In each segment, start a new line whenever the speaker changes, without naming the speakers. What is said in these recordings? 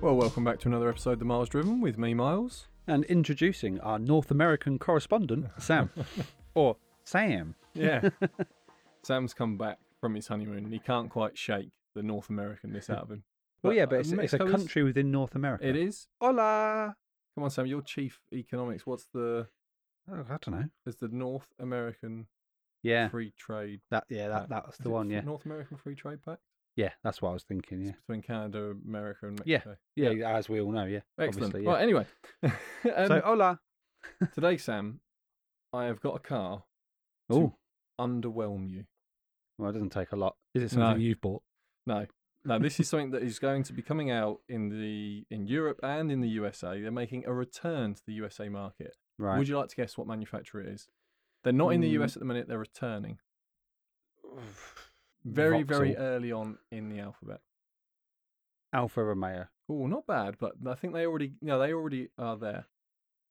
Well, welcome back to another episode of The Miles Driven with me, Miles.
and introducing our North American correspondent, Sam. or Sam.
Yeah. Sam's come back from his honeymoon and he can't quite shake the North Americanness out of him.
Well, yeah, but it's,
uh,
it's a
Mexico is-
country within North America.
It is.
Hola!
Come on, Sam, you're chief economics. What's the
Oh, I don't know.
is the North American
Yeah,
Free Trade?
that
Uh,
yeah, that, that's
is
the
it
one.
Fr-
Yeah,
North American Free Trade Pact
yeah, that's what I was thinking. Yeah,
It's between Canada, America, and
Yeah.
Mexico.
yeah, as we all know. Yeah,
Excellent.
Obviously, yeah.
Right. Anyway, um,
so hola.
today, Sam, I have got a car. to
Oh,
Underwhelm you.
well, it doesn't take a lot. Is it something
No.
you've bought?
No, no. This is something that is going to be coming out in the in Europe and in the USA. They're making a return to the USA market.
Right.
Would you like to guess what manufacturer it is? They're not in the
Mm.
US at the minute. They're returning very, very
Vauxhall.
early on in the alphabet.
Alfa Romeo.
Oh, not bad. But I think they already no, they already are there.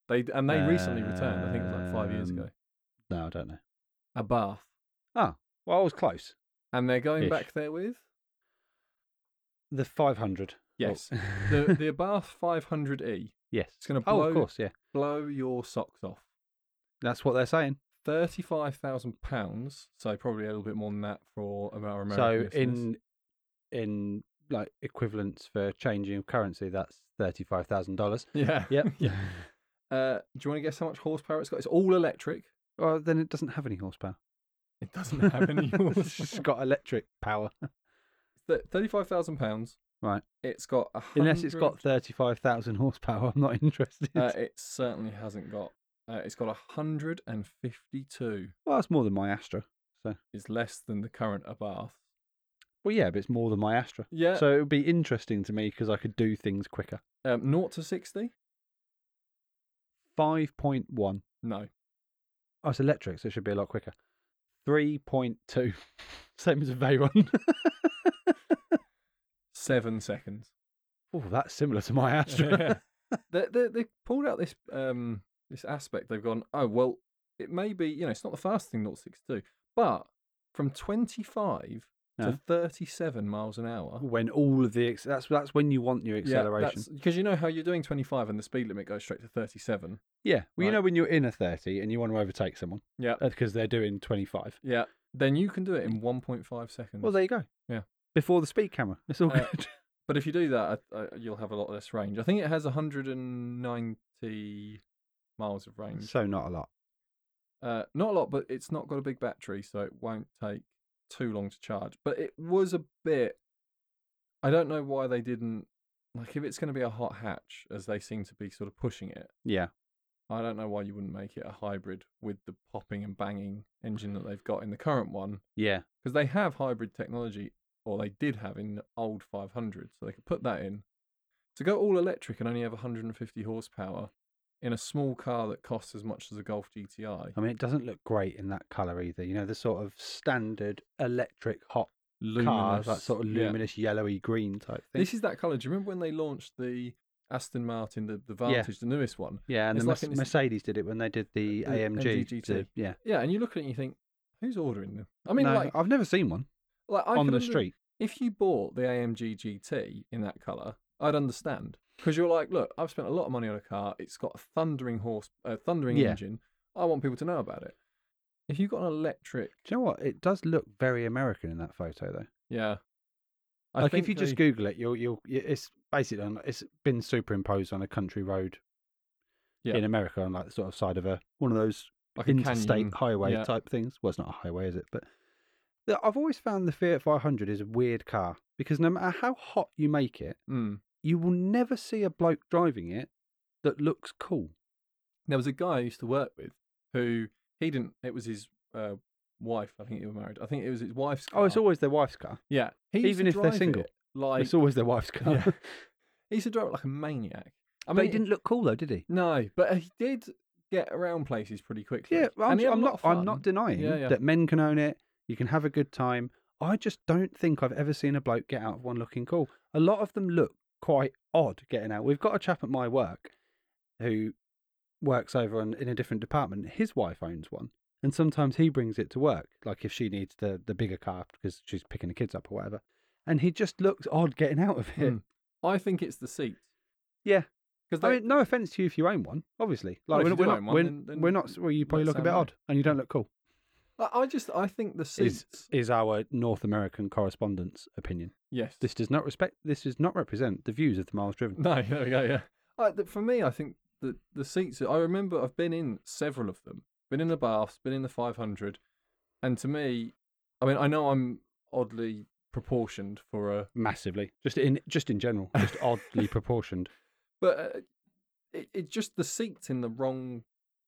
They and they recently returned. I think it was like five years
Um,
ago.
No, I don't know.
A bath,
Well, I was close.
and they're going
Ish.
back there with
The 500.
Yes.
Oh.
the the Abarth 500e.
yes.
it's gonna
Oh,
blow-
of course, yeah.
E. Blow your socks off.
That's what they're saying.
thirty-five thousand pounds. So probably a little bit more than that for about American.
So
listeners.
in in like equivalents for changing of currency, that's thirty five thousand dollars.
yeah,
Yep.
yeah. Uh, do you want to guess how much horsepower it's got? It's all electric.
Well, then it doesn't have any horsepower.
It doesn't have any
it's just
horsepower.
got electric power,
Thirty-five thousand pounds.
Right.
It's got a
unless it's got
hundred-
thirty five thousand horsepower. I'm not interested.
uh, it certainly hasn't got. Uh, it's got a hundred and fifty-two.
well, that's more than my Astra. So,
It's less than the current Abarth.
well, yeah, but it's more than my Astra.
Yeah.
So it would be interesting to me because I could do things quicker.
um, naught to sixty.
Five point one.
No.
Oh, it's electric, so it should be a lot quicker. Three point two. Same as a Veyron.
Seven seconds.
oh, that's similar to my Astra.
they, they they pulled out this um this aspect. They've gone, oh well, it may be you know it's not the fastest thing 062, but from 25
Yeah.
to 37 miles an hour. uh,
when all of the ex- that's that's when you want your acceleration.
because you know how you're doing 25 and the speed limit goes straight to 37.
Yeah, well, you
Right.
know when you're in a thirty and you want to overtake someone
Yeah,
because they're doing twenty five.
yeah. Uh, Then you can do it in 1.5 seconds.
Well, there you go.
Mm. Yeah.
before the speed camera, it's all
Uh,
good.
but if you do that, I, I, you'll have a lot less range. I think it has 190 miles of range.
so not a lot.
Uh, not a lot, but it's not got a big battery, so it won't take too long to charge. But it was a bit. I don't know why they didn't like if it's going to be a hot hatch, as they seem to be sort of pushing it.
Yeah,
I don't know why you wouldn't make it a hybrid with the popping and banging engine that they've got in the current one,
yeah,
because they have hybrid technology, or they did have in the old 500, so they could put that in. To go all electric and only have 150 horsepower in a small car that costs as much as a Golf GTI
I mean, it doesn't look great in that color either. You know, the sort of standard electric hot cars, that sort of
yeah.
luminous yellowy green type thing.
This is that colour. Do you remember when they launched the Aston Martin, the, the
Yeah.
Vantage, the newest one?
yeah, and the
it's like
Merce-
in this-
Mercedes did it when they did the,
The
AMG.
MG GT.
the- yeah,
Yeah, and you look at it and you think, who's ordering them? I mean,
no,
like,
I've never seen one
like I
on
could
the
under-
street.
If you bought the AMG GT in that colour, I'd understand because you're like, look, I've spent a lot of money on a car. It's got a thundering horse, a thundering
Yeah.
engine. I want people to know about it. If you've got an electric,
Do you know what? It does look very American in that photo, though.
yeah, I
like if
think
you just
they-
Google it, you'll you'll y- it's basically on, it's been superimposed on a country road
Yeah.
in America on like the sort of side of a one of those
like a
interstate
canyon.
highway
yeah.
type things. Well, it's not a highway, is it? But the- I've always found the Fiat 500 is a weird car because no matter how hot you make it,
Mm.
you will never see a bloke driving it that looks cool.
there was a guy I used to work with who he didn't. It was his uh, wife. I think they were married. I think it was his wife's. Car.
Oh, it's always their wife's car.
yeah. He used
even
to
if they're
drive
single,
it like
it's always their wife's car.
Yeah. he used to drive it like a maniac. I mean,
but he
it-
didn't look cool though, did he?
No, but uh, he did get around places pretty quickly.
Yeah, well, I'm,
and he had
I'm
a lot
not.
of
I'm
fun.
not denying
Yeah, yeah.
that men can own it. You can have a good time. I just don't think I've ever seen a bloke get out of one looking cool. A lot of them look quite odd getting out. We've got a chap at my work who works over on, in a different department. His wife owns one, and sometimes he brings it to work, like if she needs the the bigger car because
Hmm.
she's picking the kids up or whatever. And he just looks odd getting out of it.
Mm. I think it's the seat.
Yeah.
Because
I mean, no offense to you if you own one, obviously.
Well,
Like
if you
we're, we're
do
not,
own one,
we're,
then- then
we're not. Well, you probably
let
look a bit
Sam know.
odd, and you don't look cool.
I I just I think the seats.
Is our North American correspondent's opinion?
yes.
This does not respect. This does not represent the views of the miles driven.
No, there we go. Yeah. Uh, th- for me, I think the the seats. I remember I've been in several of them. Been in the baths. Been in the 500. And to me, I mean, I know I'm oddly proportioned for a,
Massively, just in just in general, just oddly proportioned.
but uh, it, it just the seat's in the wrong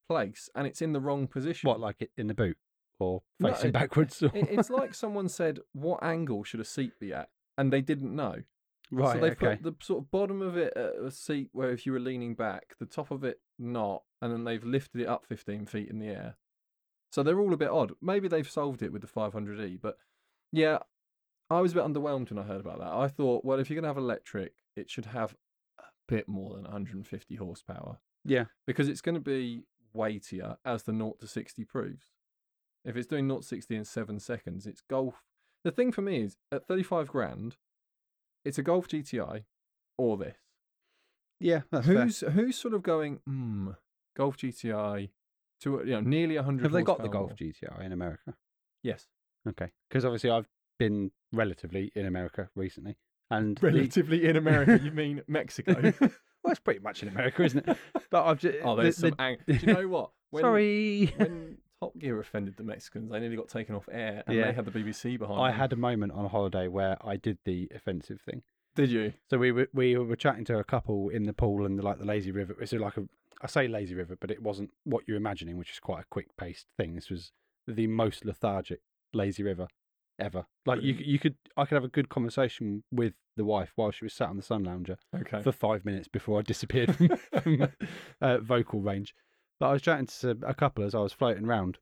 place and it's in the wrong position.
What, like it in the boot or
No,
facing
it-
backwards? Or...
It, it's like someone said, "What angle should a seat be at?" and they didn't know.
right.
so they
okay.
put the sort of bottom of it at a seat where if you were leaning back, the top of it not, and then they've lifted it up 15 feet in the air. So they're all a bit odd. Maybe they've solved it with the 500e, but yeah, I was a bit underwhelmed when I heard about that. I thought, well, if you're going to have electric, it should have a bit more than 150 horsepower
Yeah.
because it's going to be weightier as the 0 to 60 proves. If it's doing 0 to 60 in seven seconds, it's golf. The thing for me is at 35 grand, it's a golf GTI or this.
Yeah. That's fair.
who's who's sort of going, hmm, golf GTI to you know nearly 100.
Have they got the
horsepower
Golf
more."
GTI in America?
Yes,
Okay. Because obviously I've been relatively in America recently. And the-
in America. You mean Mexico?
well, it's pretty much in America, isn't it? But I've just.
oh, there's some. ang- Do you know what? When-
Sorry.
When Top Gear offended the Mexicans, they nearly got taken off air, and
Yeah.
they had the BBC behind.
I
them.
had a moment on holiday where I did the offensive thing.
Did you?
So we were we were chatting to a couple in the pool and the, like the lazy river. It's like a I say lazy river, but it wasn't what you're imagining, which is quite a quick paced thing. This was the most lethargic lazy river ever. Like you c- you could I could have a good conversation with the wife while she was sat on the sun lounger
Okay.
for five minutes before I disappeared from, from uh, vocal range. But I was chatting to a couple as I was floating round,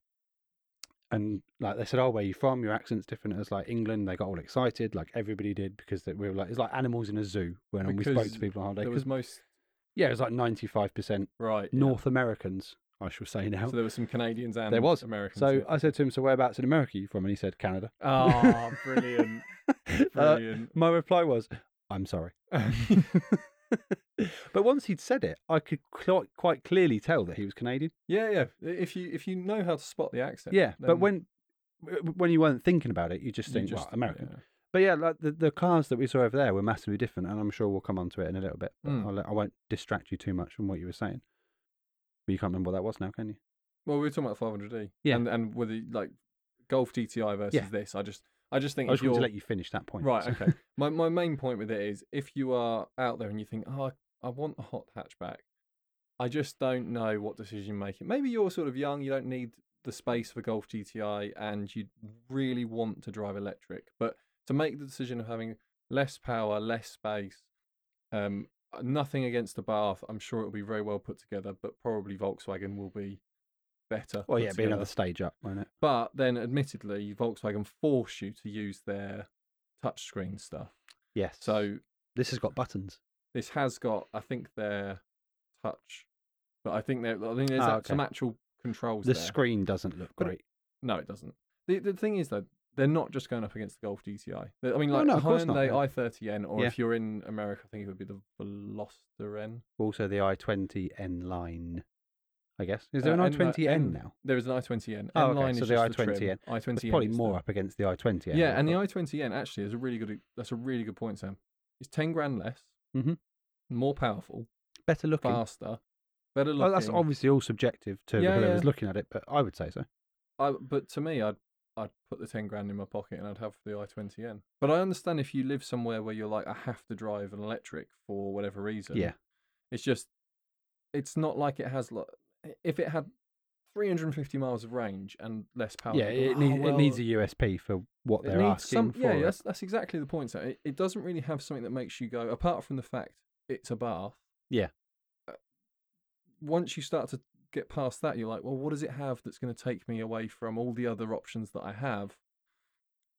and like they said, "Oh, where you from? Your accent's different." It was like England. They got all excited, like everybody did, because that we were like it's like animals in a zoo when we spoke
Because
to people on holiday.
there was
'cause-
most
yeah, it was like ninety five percent
right. yeah.
North Americans, I shall say now.
So there were some Canadians and
There was.
Americans.
So uh,
in it.
I said to him, "So whereabouts in America are you from?" And he said, "Canada."
Ah, brilliant,
Uh,
brilliant.
my reply was, "I'm sorry." but once he'd said it, I could cl- quite clearly tell that he was Canadian.
yeah, yeah. If you if you know how to spot the accent,
Yeah, but
then
when w- when you weren't thinking about it, you just
you
think,
just-
well, American.
yeah.
But yeah, like the, the cars that we saw over there were massively different, and I'm sure we'll come onto it in a little bit. But
Mm.
I'll, let- I won't distract you too much from what you were saying. But you can't remember what that was now, can you?
Well, we were talking about 500D.
Yeah.
and and with the like Golf GTI versus
Yeah.
this, I just I just think
I
if
just wanted
you're
to let you finish that point.
right,
so-
okay. my my main point with it is if you are out there and you think, oh, I- I want a hot hatchback, I just don't know what decision you're making. Maybe you're sort of young, you don't need the space for Golf GTI, and you really want to drive electric, but to make the decision of having less power, less space, um, nothing against the Bath, I'm sure it'll be very well put together, but probably Volkswagen will be better.
Well,
put
yeah, it'd be
together.
another stage up, won't it?
But then, admittedly, Volkswagen force you to use their touchscreen stuff.
Yes.
So
this has got buttons.
this has got, I think, their touch, but I think there, I think there's
Ah,
act- some
okay.
actual controls.
The
there.
screen doesn't look
But it-
great.
No, it doesn't. The the thing is though, they're not just going up against the Golf GTI. They- I mean,
No,
like
no,
the
of course not,
Hyundai
no.
i30n, or
Yeah.
if you're in America, I think it would be the Veloster N.
Also, the i20N line, I guess. Is there
Uh,
an
N li-
i20N
N-
now?
There is an i20n.
Oh,
N
okay,
line
so
is
the
just the
i20N.
trim. i20n.
It's probably
is the-
more up against the i20N.
Yeah, and the i20n actually is a really good. That's a really good point, Sam. It's ten grand less,
Mhm.
more powerful,
better looking.
faster, better looking.
Well, Oh, that's obviously all subjective to
Yeah,
whoever's
yeah.
looking at it, but I would say so.
I, but to me, I'd I'd put the ten grand in my pocket and I'd have the i20n. But I understand if you live somewhere where you're like, I have to drive an electric for whatever reason.
Yeah.
it's just, it's not like it has. Like, if it had 350 miles of range and less power,
Yeah,
you'd go,
it,
"Oh,
needs it needs
well,
a USP for what
it
they're
needs
asking
some,
for.
yeah,
it.
that's that's exactly the point. Sam. It, it doesn't really have something that makes you go apart from the fact it's a bath.
Yeah.
Uh, Once you start to get past that, you're like, well, what does it have that's going to take me away from all the other options that I have?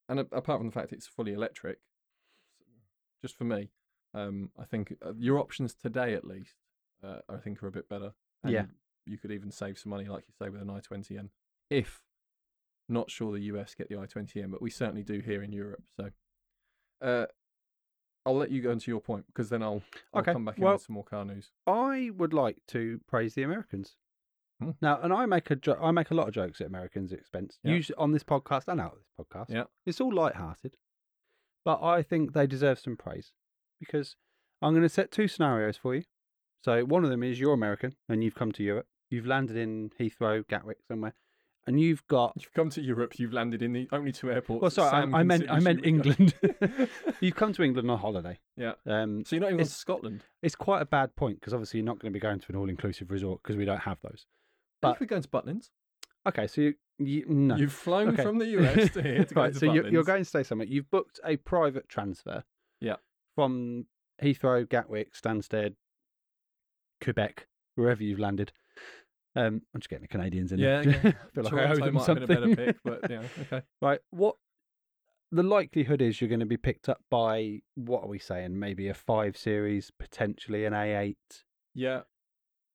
And a- apart from the fact it's fully electric, just for me, um, I think uh, your options today, at least, uh, I think are a bit better.
Yeah.
you could even save some money, like you say, with an i20n if not sure the US get the i20n, but we certainly do here in Europe. So, uh, I'll let you go into your point because then I'll, I'll
Okay,
come back in
well-
with some more car news.
I would like to praise the Americans.
Hmm.
Now, and I make a jo- I make a lot of jokes at Americans' expense,
Yeah.
usually on this podcast and out of this podcast.
Yeah.
it's all light-hearted, but I think they deserve some praise because I'm going to set two scenarios for you. So one of them is you're American and you've come to Europe. You've landed in Heathrow, Gatwick, somewhere, and you've got.
You've come to Europe. You've landed in the only two airports.
Well,
that
sorry,
Sam
I, I meant I
considers
meant
you would go-
England. you've come to England on holiday.
Yeah.
Um,
So you're not even
It's-
to Scotland.
it's quite a bad point because obviously you're not going to be going to an all-inclusive resort because we don't have those.
But,
But-
you could go into Butlins.
Okay, so you, you no.
You've flown
Okay.
from the US to here to go
Right,
to
so you're, you're
Butlins.
going to stay somewhere. You've booked a private transfer.
Yeah.
From Heathrow, Gatwick, Stansted, Quebec, wherever you've landed. Um, I'm just getting the Canadians in
Yeah,
there.
yeah.
feel like I owe
Toronto
them
might have been a better
something.
pick, but yeah, okay.
Right, what the likelihood is you're going to be picked up by what are we saying? Maybe a five series, potentially an A eight.
Yeah,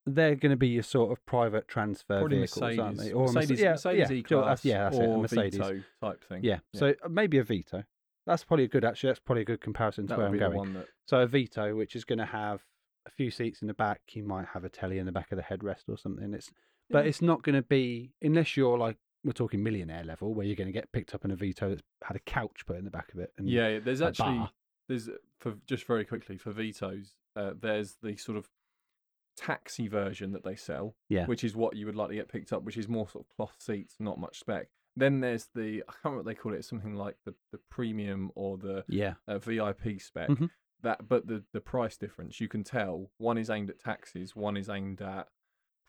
They're going to be your sort of private transfer
probably
vehicles,
Mercedes.
aren't they? a Merce-
Mercedes,
yeah,
Mercedes
yeah, sure,
E-Class
that's- yeah, that's it, a
or
Mercedes.
Vito type thing.
Yeah.
Yeah.
So uh, maybe a veto. That's probably a good actually. That's probably a good comparison to
that
where
would
I'm
be the one
going.
that
So a veto, which is going to have a few seats in the back, you might have a telly in the back of the headrest or something. It's but
Yeah.
it's not going to be unless you're like we're talking millionaire level where you're going to get picked up in a veto that's had a couch put in the back of it. And
Yeah, yeah, there's
a
actually
bar.
there's uh, for just very quickly for vetoes. Uh, there's the sort of taxi version that they sell,
Yeah.
which is what you would like to get picked up, which is more sort of cloth seats, not much spec. Then there's the I can't remember what they call it, it's something like the the premium or the
yeah,
uh, VIP spec.
Mhm.
That, but the the price difference you can tell. One is aimed at taxis, one is aimed at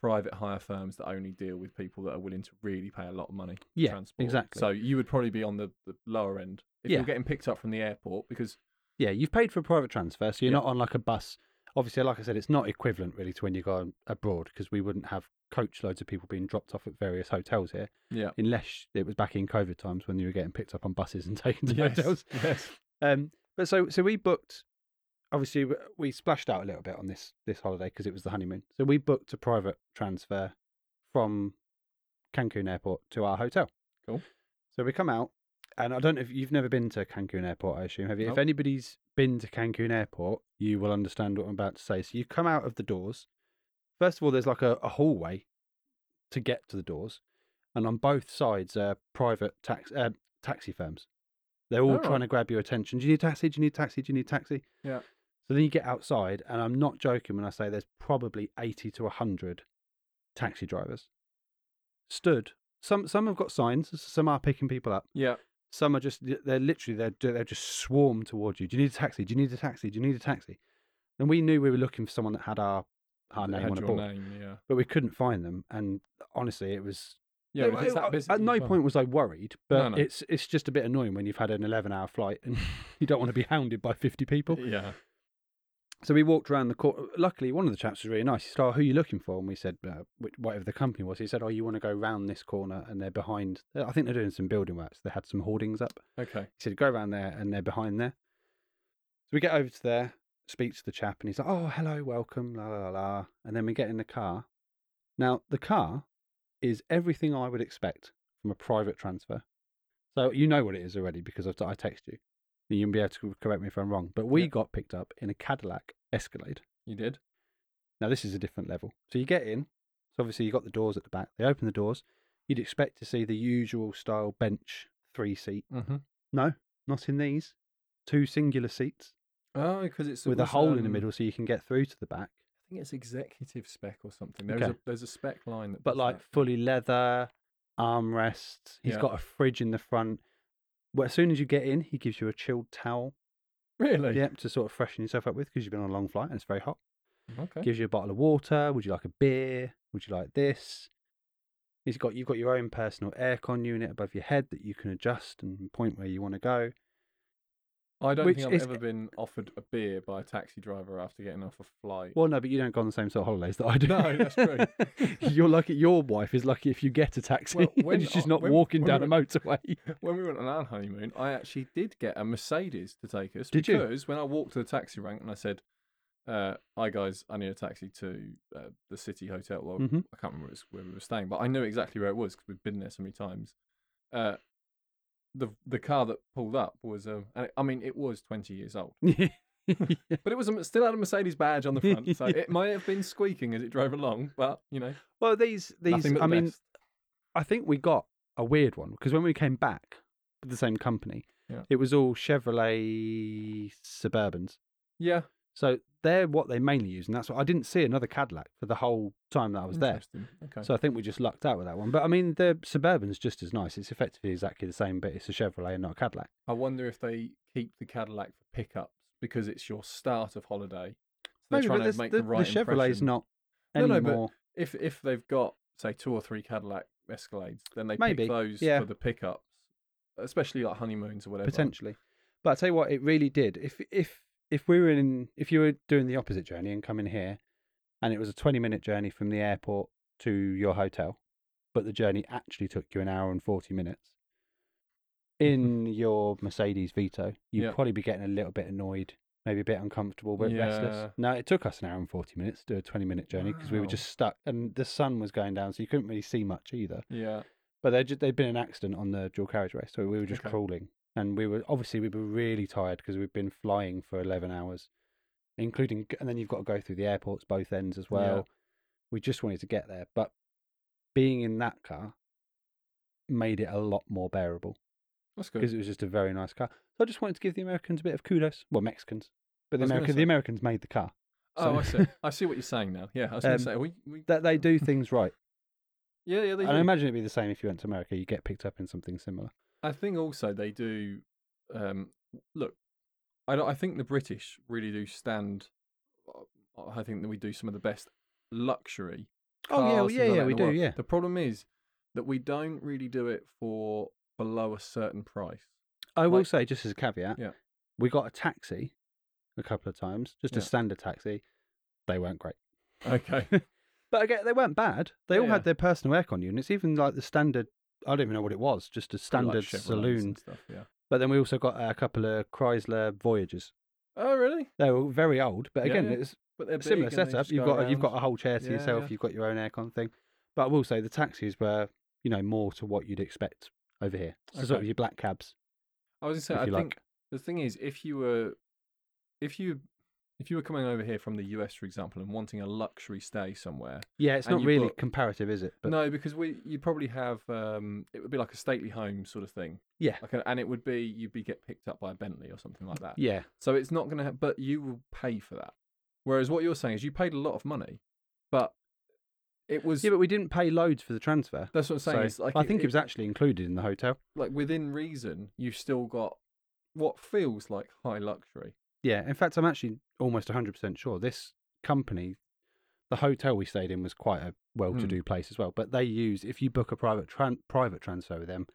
private hire firms that only deal with people that are willing to really pay a lot of money for
Yeah,
transport.
exactly.
So you would probably be on the, the lower end if
Yeah.
you're getting picked up from the airport because
yeah. You've paid for a private transfer, so you're
Yeah.
not on like a bus. Obviously, like I said, it's not equivalent really to when you go abroad because we wouldn't have coach loads of people being dropped off at various hotels here.
yeah.
unless it was back in COVID times when you were getting picked up on buses and taken to
Yes,
hotels.
yes.
Um, but so so we booked. Obviously, w- we splashed out a little bit on this this holiday because it was the honeymoon. So we booked a private transfer from Cancun Airport to our hotel.
Cool.
So we come out, and I don't know if you've never been to Cancun Airport. I assume have you? If
Nope.
anybody's been to Cancun Airport, you will understand what I'm about to say. So you come out of the doors. First of all, there's like a, a hallway to get to the doors, and on both sides are private tax uh, taxi firms. They're all
Alright.
trying to grab your attention. Do you need a taxi? Do you need a taxi? Do you need a taxi?
Oh. Yeah.
So then you get outside, and I'm not joking when I say there's probably 80 to 100 taxi drivers stood. Some some have got signs. Some are picking people up.
Yeah.
Some are just they're literally they're they're just swarm towards you. Do you need a taxi? Do you need a taxi? Do you need a taxi? And we knew we were looking for someone that had our our
that
name
had
on a
your
board,
name, yeah.
but we couldn't find them. And honestly, it was
Yeah,
no,
but if it's
I- I-
that busy.
uh, at
as
no
well.
point was I worried, but
no.
it's it's just a bit annoying when you've had an eleven-hour flight and you don't want to be hounded by fifty people.
Yeah.
So we walked around the court. Luckily, one of the chaps was really nice. He said, "Oh, who are you looking for?" And we said, uh, wh- "Whatever the company was." He said, "Oh, you want to go round this corner?" And they're behind. I think they're doing some building works. They had some hoardings up.
Okay.
He said, go around there and they're behind there. So we get over to there, speak to the chap, and he's like, oh, hello, welcome, la la la la. And then we get in the car. Now, the car is everything I would expect from a private transfer. So you know what it is already because I've t- I text you. And you'll be able to correct me if I'm wrong. But we
Yeah.
got picked up in a Cadillac Escalade.
You did?
Now, this is a different level. So you get in. So obviously, you've got the doors at the back. They open the doors. You'd expect to see the usual style bench, three seat
Mm-hmm.
no, not in these. Two singular seats
Oh, because it's
with
it
a
was,
hole in the
um,
middle so you can get through to the back.
I think it's executive spec or something. There's
Okay.
a there's a spec line that
But
does
like
that.
fully leather, armrests. He's
Yeah.
got a fridge in the front. Well, as soon as you get in, he gives you a chilled towel.
Really?
Yep, to sort of freshen yourself up with because you've been on a long flight and it's very hot.
Okay.
Gives you a bottle of water. Would you like a beer? Would you like this? He's got you've got your own personal aircon unit above your head that you can adjust and point where you want to go.
I don't
which
think I've
is-
ever been offered a beer by a taxi driver after getting off a flight.
Well, no, but you don't go on the same sort of holidays that I do.
No, that's true.
You're lucky. Your wife is lucky if you get a taxi.
Well,
Well,
when
she's
I-
not
when-
walking
when
down
we
a motorway.
when we went on our honeymoon, I actually did get a Mercedes to take us.
Did you?
because when I walked to the taxi rank and I said, uh, "Hi guys, I need a taxi to uh, the City Hotel." Well,
Mhm.
I can't remember where we were staying, but I knew exactly where it was because we've been there so many times. Uh, the the car that pulled up was um, and it- I mean, it was twenty years old. But it was a, still had a Mercedes badge on the front, so it might have been squeaking as it drove along. But you know,
well, these these.
nothing but the
I mean,
best.
I think we got a weird one because when we came back with the same company,
Yeah.
it was all Chevrolet Suburbans.
yeah,
So they're what they mainly use, and that's what I didn't see another Cadillac for the whole time that I was there.
interesting. Okay,
So I think we just lucked out with that one. But I mean, the Suburban's just as nice. It's effectively exactly the same, but it's a Chevrolet and not a Cadillac.
I wonder if they keep the Cadillac for pickups because it's your start of holiday. So they're
Maybe, but
trying to
there's-
make
the,
the, right
the Chevrolet's
impression.
not
No, no, but
anymore.
If if they've got say two or three Cadillac Escalades, then they
Maybe,
pick those
yeah.
for the pickups, especially like honeymoons or whatever.
potentially. But I tell you what, it really did. If if if we were in, if you were doing the opposite journey and coming here, and it was a twenty-minute journey from the airport to your hotel, but the journey actually took you an hour and forty minutes. In your Mercedes Vito, you'd
Mm-hmm. Yeah.
probably be getting a little bit annoyed, maybe a bit uncomfortable, but
Yeah.
restless. No, it took us an hour and forty minutes to do a twenty-minute journey because we were
Wow.
just stuck, and the sun was going down, so you couldn't really see much either.
Yeah.
But they just, they'd been in an accident on the dual carriage race, so we were just
Okay.
crawling, and we were obviously we were really tired because we'd been flying for eleven hours, including and then you've got to go through the airports both ends as
Yeah.
well. We just wanted to get there, but being in that car made it a lot more bearable
That's good.
because it was just a very nice car. So I just wanted to give the Americans a bit of kudos, well Mexicans, but
I
the
was gonna
Americans
say-
the Americans made the car.
Oh, I
so-
see. I see what you're saying now. Yeah, I was going
Um,
to say, we, we,
That they do things right,
yeah, yeah, they
and
do.
I imagine it'd be the same if you went to America. You get picked up in something similar.
I think also they do. Um, look, I don't, I think the British really do stand. uh, I think that we do some of the best luxury.
Oh,
cars
yeah, yeah,
and all
yeah,
that in
we
the
do,
world.
yeah.
The problem is that we don't really do it for below a certain price.
I will
Like-
say, just as a caveat,
Yeah.
we got a taxi a couple of times, just a
Yeah.
standard taxi. They weren't great.
Okay.
But again, they weren't bad. They
Yeah,
all
yeah.
had their personal aircon units, even like the standard, I don't even know what it was, just a standard
Chevrolets
saloon.
and stuff. Yeah.
But then we also got a couple of Chrysler Voyagers.
Oh really?
They were very old, but
Yeah,
again,
yeah.
it's
But they're
a similar
big and they
setup.
just
You've
go
got, you've
around.
got a whole chair to
Yeah,
yourself,
yeah.
you've got your own aircon thing. But I will say the taxis were, you know, more to what you'd expect over here. So sort
Okay.
of your black cabs,
I was
if
going to
you
say. I
like.
think the thing is, if you were, if you, if you were coming over here from the US, for example, and wanting a luxury stay somewhere,
Yeah, it's
and
not
you
really
book-
comparative, is it? But
no, because we you'd probably have um, it would be like a stately home sort of thing,
yeah,
like a, and it would be you'd be get picked up by a Bentley or something like that.
yeah.
So it's not going to, ha- but you will pay for that. Whereas what you're saying is you paid a lot of money, but it was
Yeah, but we didn't pay loads for the transfer.
that's what I'm saying.
so
it's like
I think it, was actually included in the hotel.
like within reason. You've still got what feels like high luxury.
Yeah, in fact, I'm actually almost 100% sure this company, the hotel we stayed in was quite a
Hmm.
well-to-do place as well. But they use if you book a private tran- private transfer with them,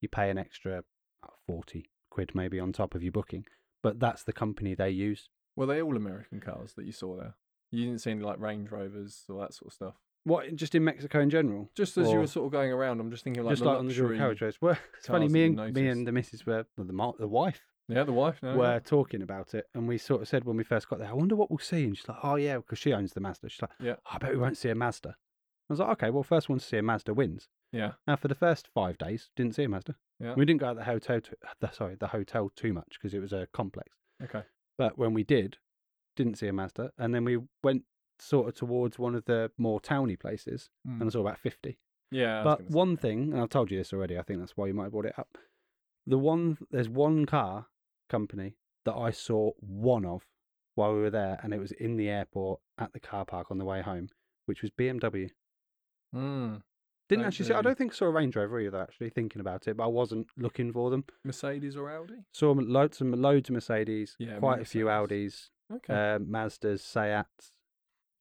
you pay an extra uh, 40 quid maybe on top of your booking. But that's the company they use.
Were they all American cars that you saw there? You didn't see any like Range Rovers or that sort of stuff.
What just in Mexico in general?
Just as you
Or-
were sort of going around, I'm just thinking like
just
the
like on the
luxury.
dual carriage race. Well, it's funny.
cars
Me
that
and
you
me
noticed.
and the missus were well, the mar- the wife
yeah, the wife. No, Oh, yeah.
were talking about it, and we sort of said when we first got there, I wonder what we'll see. And she's like, oh, yeah, because she owns the Mazda. She's like, "Oh,
Yeah.
I bet we won't see a Mazda. I was like, okay, well, first one to see a Mazda wins.
yeah.
Now, for the first five days, didn't see a Mazda.
Yeah.
We didn't go out the hotel, to, the, sorry, the hotel too much because it was a complex.
Okay.
But when we did, didn't see a Mazda. And then we went sort of towards one of the more towny places,
Mm.
and I saw about 50.
Yeah. I was
But
gonna say.
one thing, and I've told you this already, I think that's why you might have brought it up. The one there's one car company that I saw one of while we were there, and it was in the airport at the car park on the way home, which was BMW.
Mm.
Didn't
Don't
actually see. I
do-
don't think I saw a Range Rover either. Actually, thinking about it, but I wasn't looking for them.
Mercedes or Audi?
Saw m- loads and loads of Mercedes,
Yeah,
quite a few Audis,
Mercedes. Okay.
uh, Mazdas, Seats.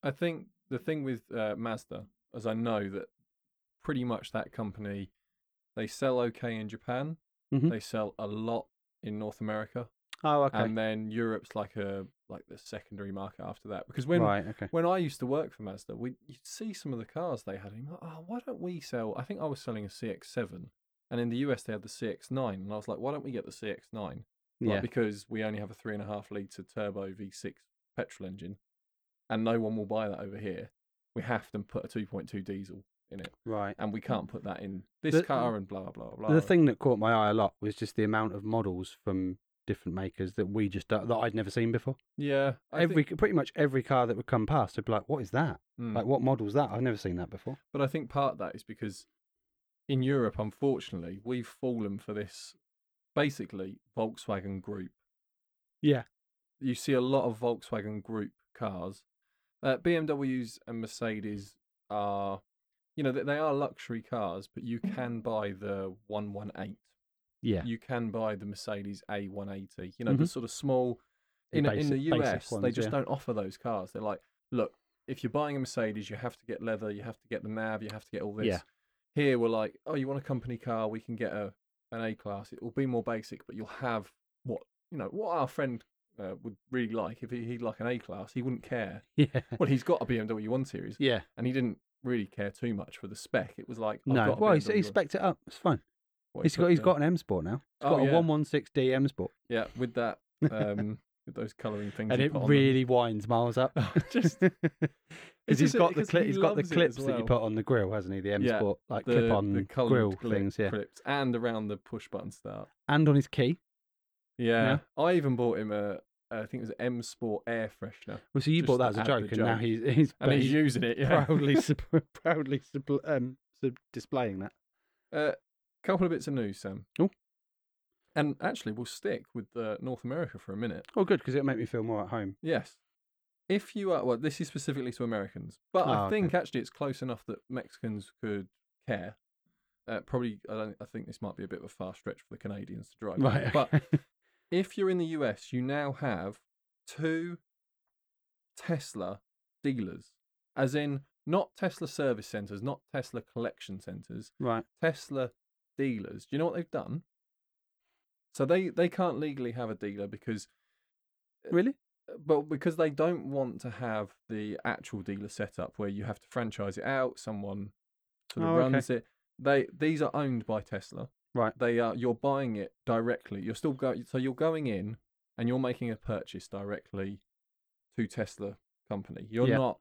I think the thing with uh, Mazda, as I know that pretty much that company, they sell okay in Japan.
Mhm.
They sell a lot in North America,
Oh, okay.
and uh, then Europe's like a like the secondary market after that. Because when
right, okay.
when I used to work for Mazda, we you'd see some of the cars they had. And you're like, oh, why don't we sell? I think I was selling a CX-7, and in the US they had the CX-9, and I was like, why don't we get the CX-9? Like,
yeah.
because we only have a three and a half litre turbo V6 petrol engine, and no one will buy that over here. We have to put a 2.2 diesel in it,
Right.
and we can't put that in this
The-
car and blah blah blah.
The thing that caught my eye a lot was just the amount of models from different makers that we just don't- that I'd never seen before.
Yeah. I
every
think-
pretty much every car that would come past, I'd be like, "What is that?
Mm.
Like, what model's that? I've never seen that before."
But I think part of that is because in Europe, unfortunately, we've fallen for this basically Volkswagen group.
Yeah.
You see a lot of Volkswagen group cars. Uh, BMWs and Mercedes are, you know, they, they are luxury cars, but you can buy the 118.
Yeah,
You can buy the Mercedes A180. You know, the
Mhm.
sort of small.
The
In, in
basic-
the
basic
US, they
ones,
just
yeah.
don't offer those cars. They're like, look, if you're buying a Mercedes, you have to get leather, you have to get the nav, you have to get all this.
Yeah.
Here we're like, oh, you want a company car? We can get a an A class. It will be more basic, but you'll have what you know what our friend uh, would really like. If he, he'd like an A class, he wouldn't care.
yeah,
Well, he's got a BMW One Series,
yeah.
and he didn't really care too much for the spec. It was like, I've
No,
got a
well, he's,
BMW
he's
One-
spec it up. It's fine.
what he
He's
put
got he's
down.
got an M Sport now. He's
Oh,
got
yeah.
a one one six D M Sport,
yeah with that um with those colouring things,
and
he
it
put on them.
really winds miles up.
Just-
because
just
he's
a-
got the
because
cli-
he
he's got the
loves it
clips
as
that you
well.
put on the grill, hasn't he? The M
Yeah,
Sport like
the,
clip on
the coloured
grill
clip-
things, yeah,
clips and around the push button start.
and on his key.
Yeah.
Yeah.
I even bought him a, I think it was M Sport air freshener.
Well, so you
Just
bought that
to
as a
add the
joke, and now
joke.
he's he's,
And
but
he's
he's
using it, yeah.
proudly sub- proudly sub- um, sub- displaying that.
uh, couple of bits of news, Sam.
Oh.
And actually, we'll stick with uh, North America for a minute.
Oh, good, because it'll make me feel more at home.
Yes. If you are, well, this is specifically to Americans, but
Ah,
I
okay.
think actually it's close enough that Mexicans could care. Uh, probably, I, don't, I think this might be a bit of a far stretch for the Canadians to drive.
Right,
But
okay.
if you're in the US, you now have two Tesla dealers, as in not Tesla service centers, not Tesla collection centers,
right.
Tesla dealers. Do you know what they've done? So they, they can't legally have a dealer because
Really?
Uh, but because they don't want to have the actual dealer setup where you have to franchise it out, someone sort of
Oh, okay.
runs it. They these are owned by Tesla.
Right.
They are you're buying it directly. You're still going so you're going in and you're making a purchase directly to Tesla company. You're
Yeah.
not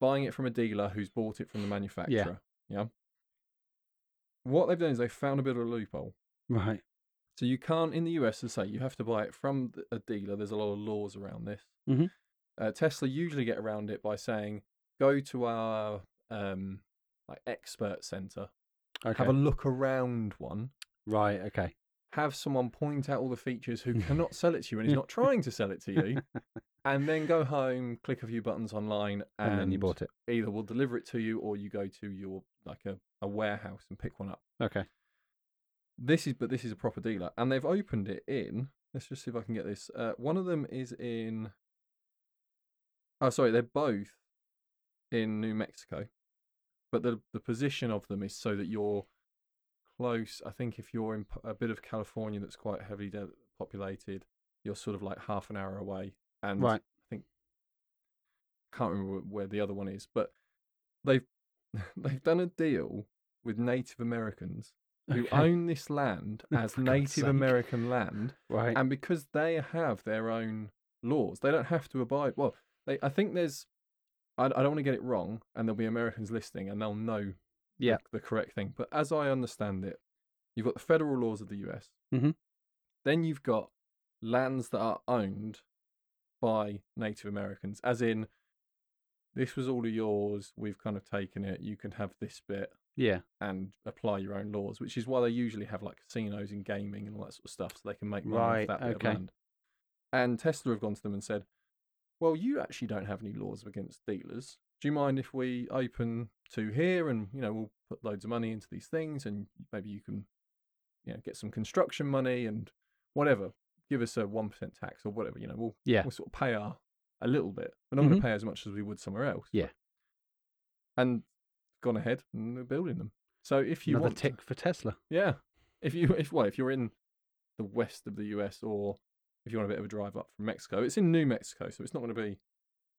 buying it from a dealer who's bought it from the manufacturer. yeah. What they've done is they found a bit of a loophole.
Right.
So you can't in the US, as I say, you have to buy it from th- a dealer. There's a lot of laws around this.
Mhm.
Uh, Tesla usually get around it by saying, go to our um, like expert center,
Okay.
have a look around one,
Right. Okay.
have someone point out all the features who cannot sell it to you and is not trying to sell it to you, and then go home, click a few buttons online,
And,
and,
then you bought it.
Either we'll deliver it to you, or you go to your like a, a warehouse and pick one up.
Okay.
This is but this is a proper dealer, and they've opened it in. Let's just see if I can get this. Uh, one of them is in. Oh, sorry, they're both in New Mexico, but the the position of them is so that you're close. I think if you're in p- a bit of California that's quite heavily de- populated, you're sort of like half an hour away, and
Right.
can't remember where the other one is, but they've they've done a deal with Native Americans who
Okay.
own this land as
For God's
Native
sake.
American land,
Right.
and because they have their own laws, they don't have to abide. Well, they, I think there's, I, I don't want to get it wrong, and there'll be Americans listening, and they'll know the-
Yeah.
the, correct thing. But as I understand it, you've got the federal laws of the U.S.
Mhm.
Then you've got lands that are owned by Native Americans, as in. This was all of yours. We've kind of taken it. You can have this bit
yeah.
and apply your own laws, which is why they usually have like casinos and gaming and all that sort of stuff, so they can make money
Right,
off that bit
okay.
of land. And Tesla have gone to them and said, "Well, you actually don't have any laws against dealers. Do you mind if we open two here, and you know we'll put loads of money into these things, and maybe you can, you know, get some construction money and whatever. Give us a one percent tax or whatever. You know, we'll
Yeah.
we'll sort of pay our a little bit. We're not going
Mhm.
to pay as much as we would somewhere else.
Yeah.
And gone ahead and they're building them. So if you
Another
want,
tick for Tesla.
yeah, if you if well if you're in the west of the US or if you want a bit of a drive up from Mexico, it's in New Mexico, so it's not going to be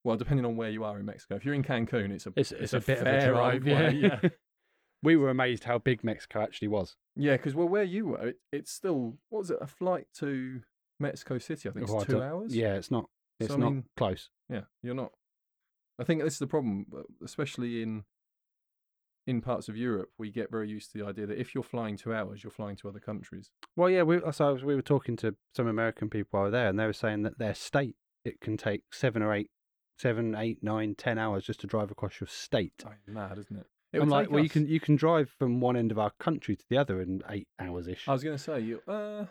well depending on where you are in Mexico. If you're in Cancun, it's a
It's it's, a, bit of a
fair
drive.
old way, yeah.
we were amazed how big Mexico actually was.
yeah, because well where you were, it, it's still what was it a flight to Mexico City? I think
Oh, I
it's two
don't-
hours.
Yeah, it's not.
So,
It's
I
not
mean-
close.
Yeah, you're not. I think this is the problem, uh, especially in in parts of Europe, we get very used to the idea that if you're flying two hours, you're flying to other countries.
Well, yeah, we so I was- we were talking to some American people while we were there, and they were saying that their state it can take seven or eight, seven, eight, nine, ten hours just to drive across your state.
mad, isn't it?
I'm like, well, you can you can drive from one end of our country to the other in eight hours ish.
I was going to say you. Uh,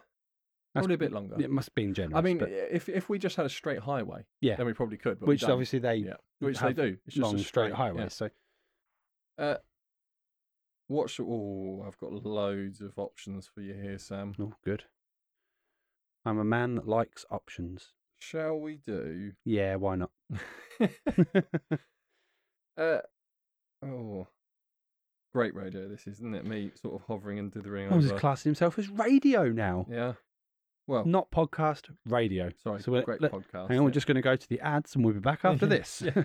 That's-
probably a bit longer.
It must be in general.
I mean,
but,
if if we just had a straight highway,
Yeah.
then we probably could. But we
which
don't.
obviously they
yeah, which they
have
do. It's just
long
a
straight, highways.
yeah.
So
Uh, what should? Oh, I've got loads of options for you here, Sam.
oh, good. I'm a man that likes options.
Shall we do?
Yeah, why not?
uh, oh, great radio. This is, isn't it? Me sort of hovering and dithering
Mum's
over.
classing himself as radio now,
yeah. Well,
not podcast. Radio.
sorry.
So we're,
great
let-
podcast.
Hang on, we're
yeah.
just going to go to the ads and we'll be back after
Yeah.
this.
Yeah.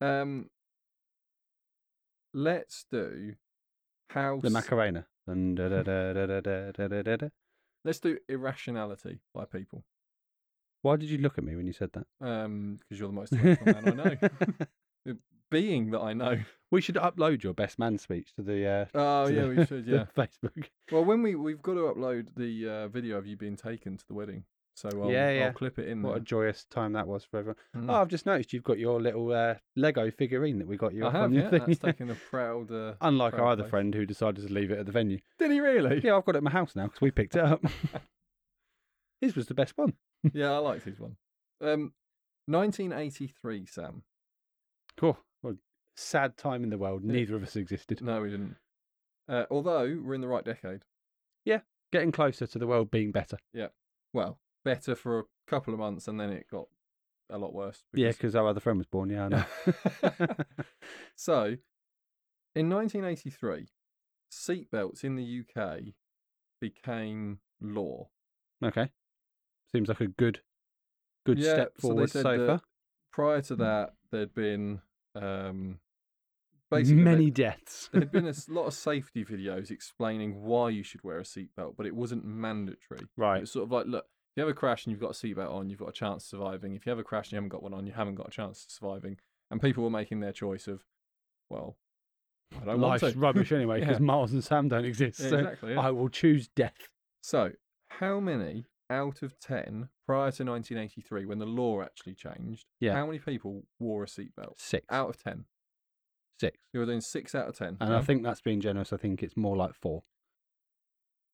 Um, let's do house.
the Macarena. And da, da, da, da, da, da, da, da, da, da.
let's do irrationality by people.
Why did you look at me when you said that?
Um, because you're the most emotional man I know, being that I know.
we should upload your best man speech to the. Uh,
Oh
to
yeah,
the-
we should.
the
Yeah.
Facebook.
Well, when we we've got to upload the uh, video of you being taken to the wedding, so I'll,
Yeah, yeah.
I'll clip it in.
What a
there.
joyous time that was for everyone.
Mm.
Oh, I've just noticed you've got your little uh, Lego figurine that we got you
I
up
have.
on your
Yeah,
thing.
that's taken a proud. Uh,
Unlike our
proud
other
place.
friend who decided to leave it at the venue.
Did he really?
Yeah, I've got it at my house now because we picked it up. His was the best one.
yeah, I liked his one. Um, 1983, Sam.
Cool. Well, sad time in the world. Neither of us existed.
No, we didn't. Uh, although we're in the right decade.
Getting closer to the world being better.
Well, better for a couple of months, and then it got a lot worse.
Yeah,
because-
because our other friend was born. Yeah, I know.
so, in 1983, seatbelts in the UK became law.
okay. Seems like a good, good
Yeah,
step
so they
forward
said
so
that
far.
Prior
Hmm.
to that, there'd been um, basically
Many deaths.
There had been a s- lot of safety videos explaining why you should wear a seatbelt, but it wasn't mandatory.
Right.
It's sort of like, look, if you have a crash and you've got a seatbelt on, you've got a chance of surviving. If you have a crash and you haven't got one on, you haven't got a chance of surviving. And people were making their choice of, well, I don't want
Life's
to.
rubbish anyway because
Yeah.
Miles and Sam don't exist.
Yeah,
so
exactly. yeah.
I will choose death.
So, how many out of 10 prior to 1983, when the law actually changed,
Yeah.
how many people wore a seatbelt?
Six.
Out of 10.
Six.
You were doing six out of 10.
And I think that's being generous. I think it's more like four.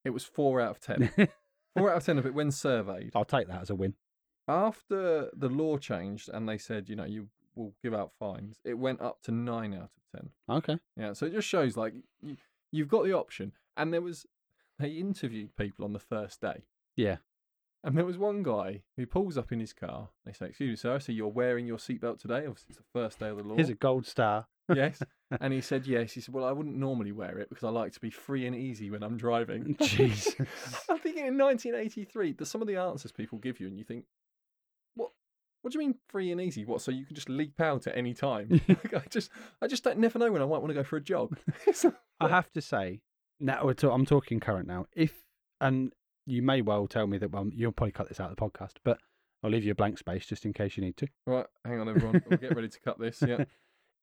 it was four out of 10. four out of 10 of it when surveyed.
I'll take that as a win.
After the law changed and they said, you know, you will give out fines, it went up to nine out of 10.
Okay.
Yeah, so it just shows like you, you've got the option. And there was, they interviewed people on the first day.
Yeah.
And there was one guy who pulls up in his car. They say, Excuse me, sir, so you're wearing your seatbelt today? Obviously, it's the first day of the law.
Here's a gold star.
yes. And he said, Yes. He said, Well, I wouldn't normally wear it because I like to be free and easy when I'm driving.
Jesus.
I'm thinking in 1983, there's some of the answers people give you, and you think, What? What do you mean free and easy? What? So you can just leap out at any time? Like, I just, I just don't never know when I might want to go for a jog. It's like,
I have to say, now we're ta- I'm talking current now. If and you may well tell me that well, you'll probably cut this out of the podcast, but I'll leave you a blank space just in case you need to.
right, hang on, everyone. We'll get ready to cut this. Yeah.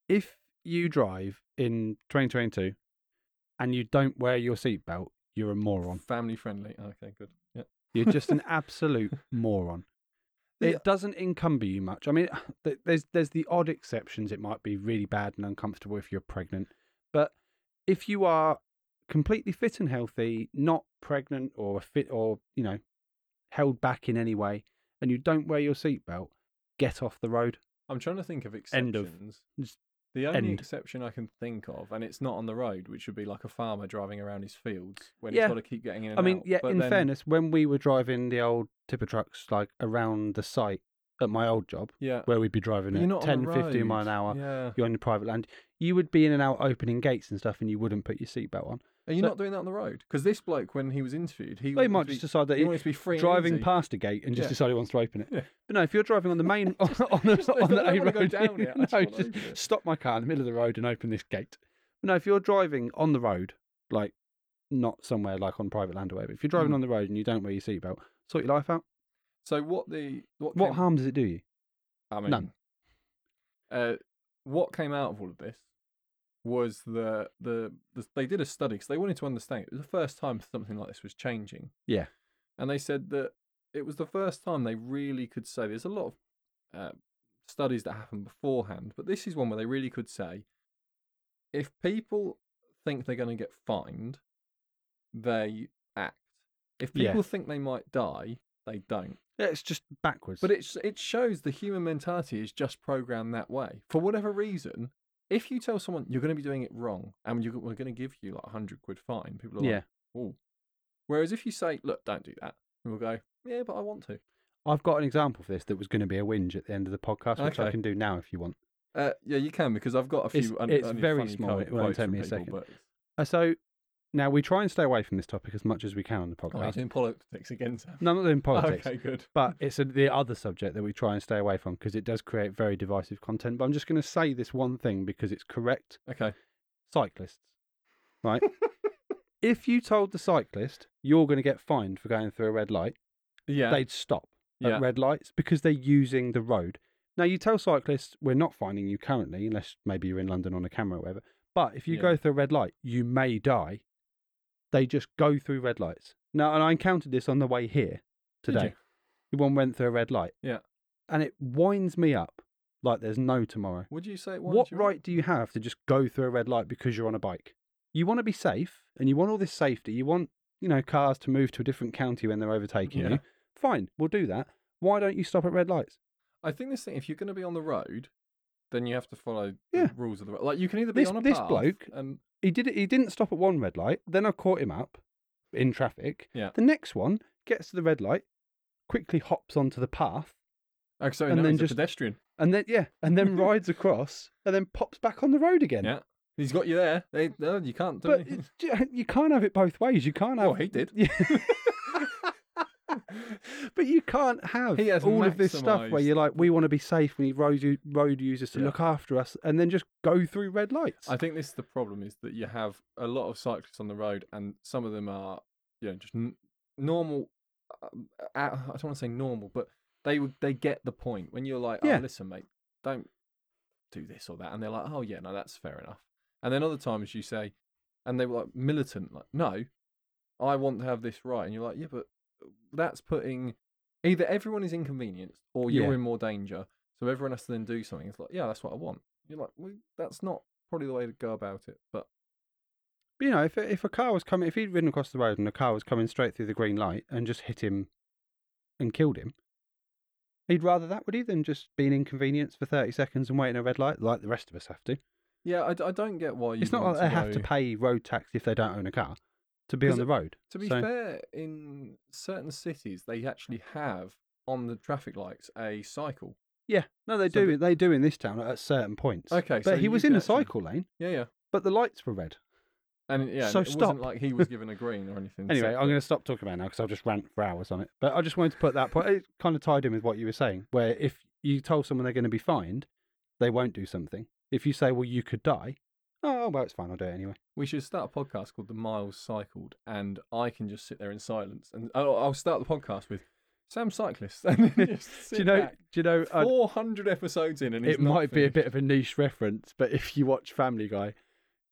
If you drive in 2022 and you don't wear your seatbelt, you're a moron.
Family friendly. Okay, good. Yeah.
You're just an absolute moron.
Yeah.
It doesn't encumber you much. I mean, th- there's there's the odd exceptions. It might be really bad and uncomfortable if you're pregnant, but if you are completely fit and healthy, not pregnant or fit or you know held back in any way, and you don't wear your seatbelt, get off the road.
I'm trying to think of
End of-
exceptions.
just
The only
end.
exception I can think of, and it's not on the road, which would be like a farmer driving around his fields when
Yeah.
he's got to keep getting in. And
I mean,
out.
yeah.
But
in
then-
fairness, when we were driving the old tipper trucks like around the site at my old job,
yeah,
where we'd be driving
Uh, you're
at
not on
10,
the
15 mile an
road.
hour,
Yeah,
you're on your private land, you would be in and out opening gates and stuff, and you wouldn't put your seatbelt on.
are you
so-
not doing that on the road? Because this bloke, when he was interviewed, he
They
wanted
might
to be,
just decide that
he
he,
wanted to be free and
driving
easy.
past a gate and just
Yeah.
decide he wants to open it.
Yeah.
But no, if you're driving on the main on, on the,
I
on the
don't
A
wanna
road,
go down it, I just
no,
wanna
just
open it.
stop my car in the middle of the road and open this gate. But no, if you're driving on the road, like not somewhere like on private land or whatever, if you're driving
Mm.
on the road and you don't wear your seatbelt, sort your life out.
So what the what
What
came-
harm does it do you?
I mean,
None.
Uh, what came out of all of this was the the, the they did a study because they wanted to understand. It was the first time something like this was changing.
Yeah.
and they said that it was the first time they really could say. There's a lot of uh, studies that happen beforehand, but this is one where they really could say, if people think they're going to get fined, they act. If
Yeah.
people think they might die, they don't.
Yeah, it's just backwards.
But it it shows the human mentality is just programmed that way for whatever reason. If you tell someone you're going to be doing it wrong and you're, we're going to give you like a hundred quid fine, people are
yeah,
like, "Oh." Whereas if you say, "Look, don't do that," people go, "Yeah, but I want to."
I've got an example for this that was going to be a whinge at the end of the podcast, which I
Okay.
can do now if you want.
Uh, yeah, you can because I've got a few.
It's-
un-
it's
only
very
funny
small,
co-
it won't
quotes
take
from
me a
people,
second.
But...
Uh, so now we try and stay away from this topic as much as we can on the
Oh, you're
podcast.
doing politics again, Sam?
no, I'm not doing politics.
Okay, good.
But it's a, the other subject that we try and stay away from because it does create very divisive content. But I'm just going to say this one thing because it's correct.
Okay.
Cyclists, right? if you told the cyclist you're going to get fined for going through a red light,
Yeah.
they'd stop at
yeah.
red lights because they're using the road. Now, you tell cyclists, we're not finding you currently, unless maybe you're in London on a camera or whatever. But if you
Yeah.
go through a red light, you may die. They just go through red lights. Now, and I encountered this on the way here
Did
today.
you?
The one went through a red light.
Yeah.
And it winds me up like there's no tomorrow.
Would you say it winds
what
you up?
right do you have to just go through a red light because you're on a bike? You want to be safe and you want all this safety. You want, you know, cars to move to a different county when they're overtaking
Yeah.
you. Fine, we'll do that. Why don't you stop at red lights?
I think this thing, if you're going to be on the road, then you have to follow
Yeah.
the rules of the road. Like you can either be
This-
on a
this
path
bloke-
and
He did it, he didn't stop at one red light. Then I caught him up in traffic.
Yeah.
The next one gets to the red light, quickly hops onto the path,
oh, sorry,
and
no,
then
he's
just-
a pedestrian.
and then yeah, and then rides across and then pops back on the road again.
Yeah. He's got you there. They, no, you can't do
But
anything.
it's- you can't have it both ways. You can't have
Well, he did.
Yeah. but you can't have
He has
all of this stuff where
maximised-
you're like, we want to be safe. We need road, u- road users to
Yeah.
look after us, and then just go through red lights.
I think this is the problem: is that you have a lot of cyclists on the road, and some of them are, you know, just n- normal. Um, uh, I don't want to say normal, but they would they get the point when you're like,
Yeah.
oh, listen, mate, don't do this or that, and they're like, oh yeah, no, that's fair enough. And then other times you say, and they were like militant, like, no, I want to have this right, and you're like, yeah, but that's putting either everyone is inconvenienced or you're
Yeah.
in more danger, so everyone has to then do something. It's like, yeah, that's what I want. You're like, well, that's not probably the way to go about it. But
But, you know, if if a car was coming, if he'd ridden across the road and a car was coming straight through the green light and just hit him and killed him, he'd rather that would he than just being inconvenienced for thirty seconds and waiting a red light like the rest of us have to.
yeah, I, d- I don't get why you.
it's not like
want
they have to
go-
pay road tax if they don't own a car to be on
'Cause
the road.
To be
So-
fair, in certain cities, they actually have on the traffic lights a cycle.
Yeah, no, they
So
do.
the-
They do in this town at certain points.
Okay,
but
so
he
you
was
can
in the
actually-
cycle lane,
Yeah, yeah,
but the lights were red.
and yeah, and
So
it
stop.
wasn't like he was given a green or anything.
Anyway,
so-
I'm going to stop talking about it now because I'll just rant for hours on it. But I just wanted to put that point. It kind of tied in with what you were saying, where if you told someone they're going to be fined, they won't do something. If you say, "Well, you could die," oh well, it's fine. I'll do it anyway.
We should start a podcast called The Miles Cycled, and I can just sit there in silence, and I'll, I'll start the podcast with Sam Cyclist, and then just sit
do you know?
back.
Do you know? I-
Four hundred episodes in, and he's
it
not
might be a
finished.
bit of a niche reference, but if you watch Family Guy,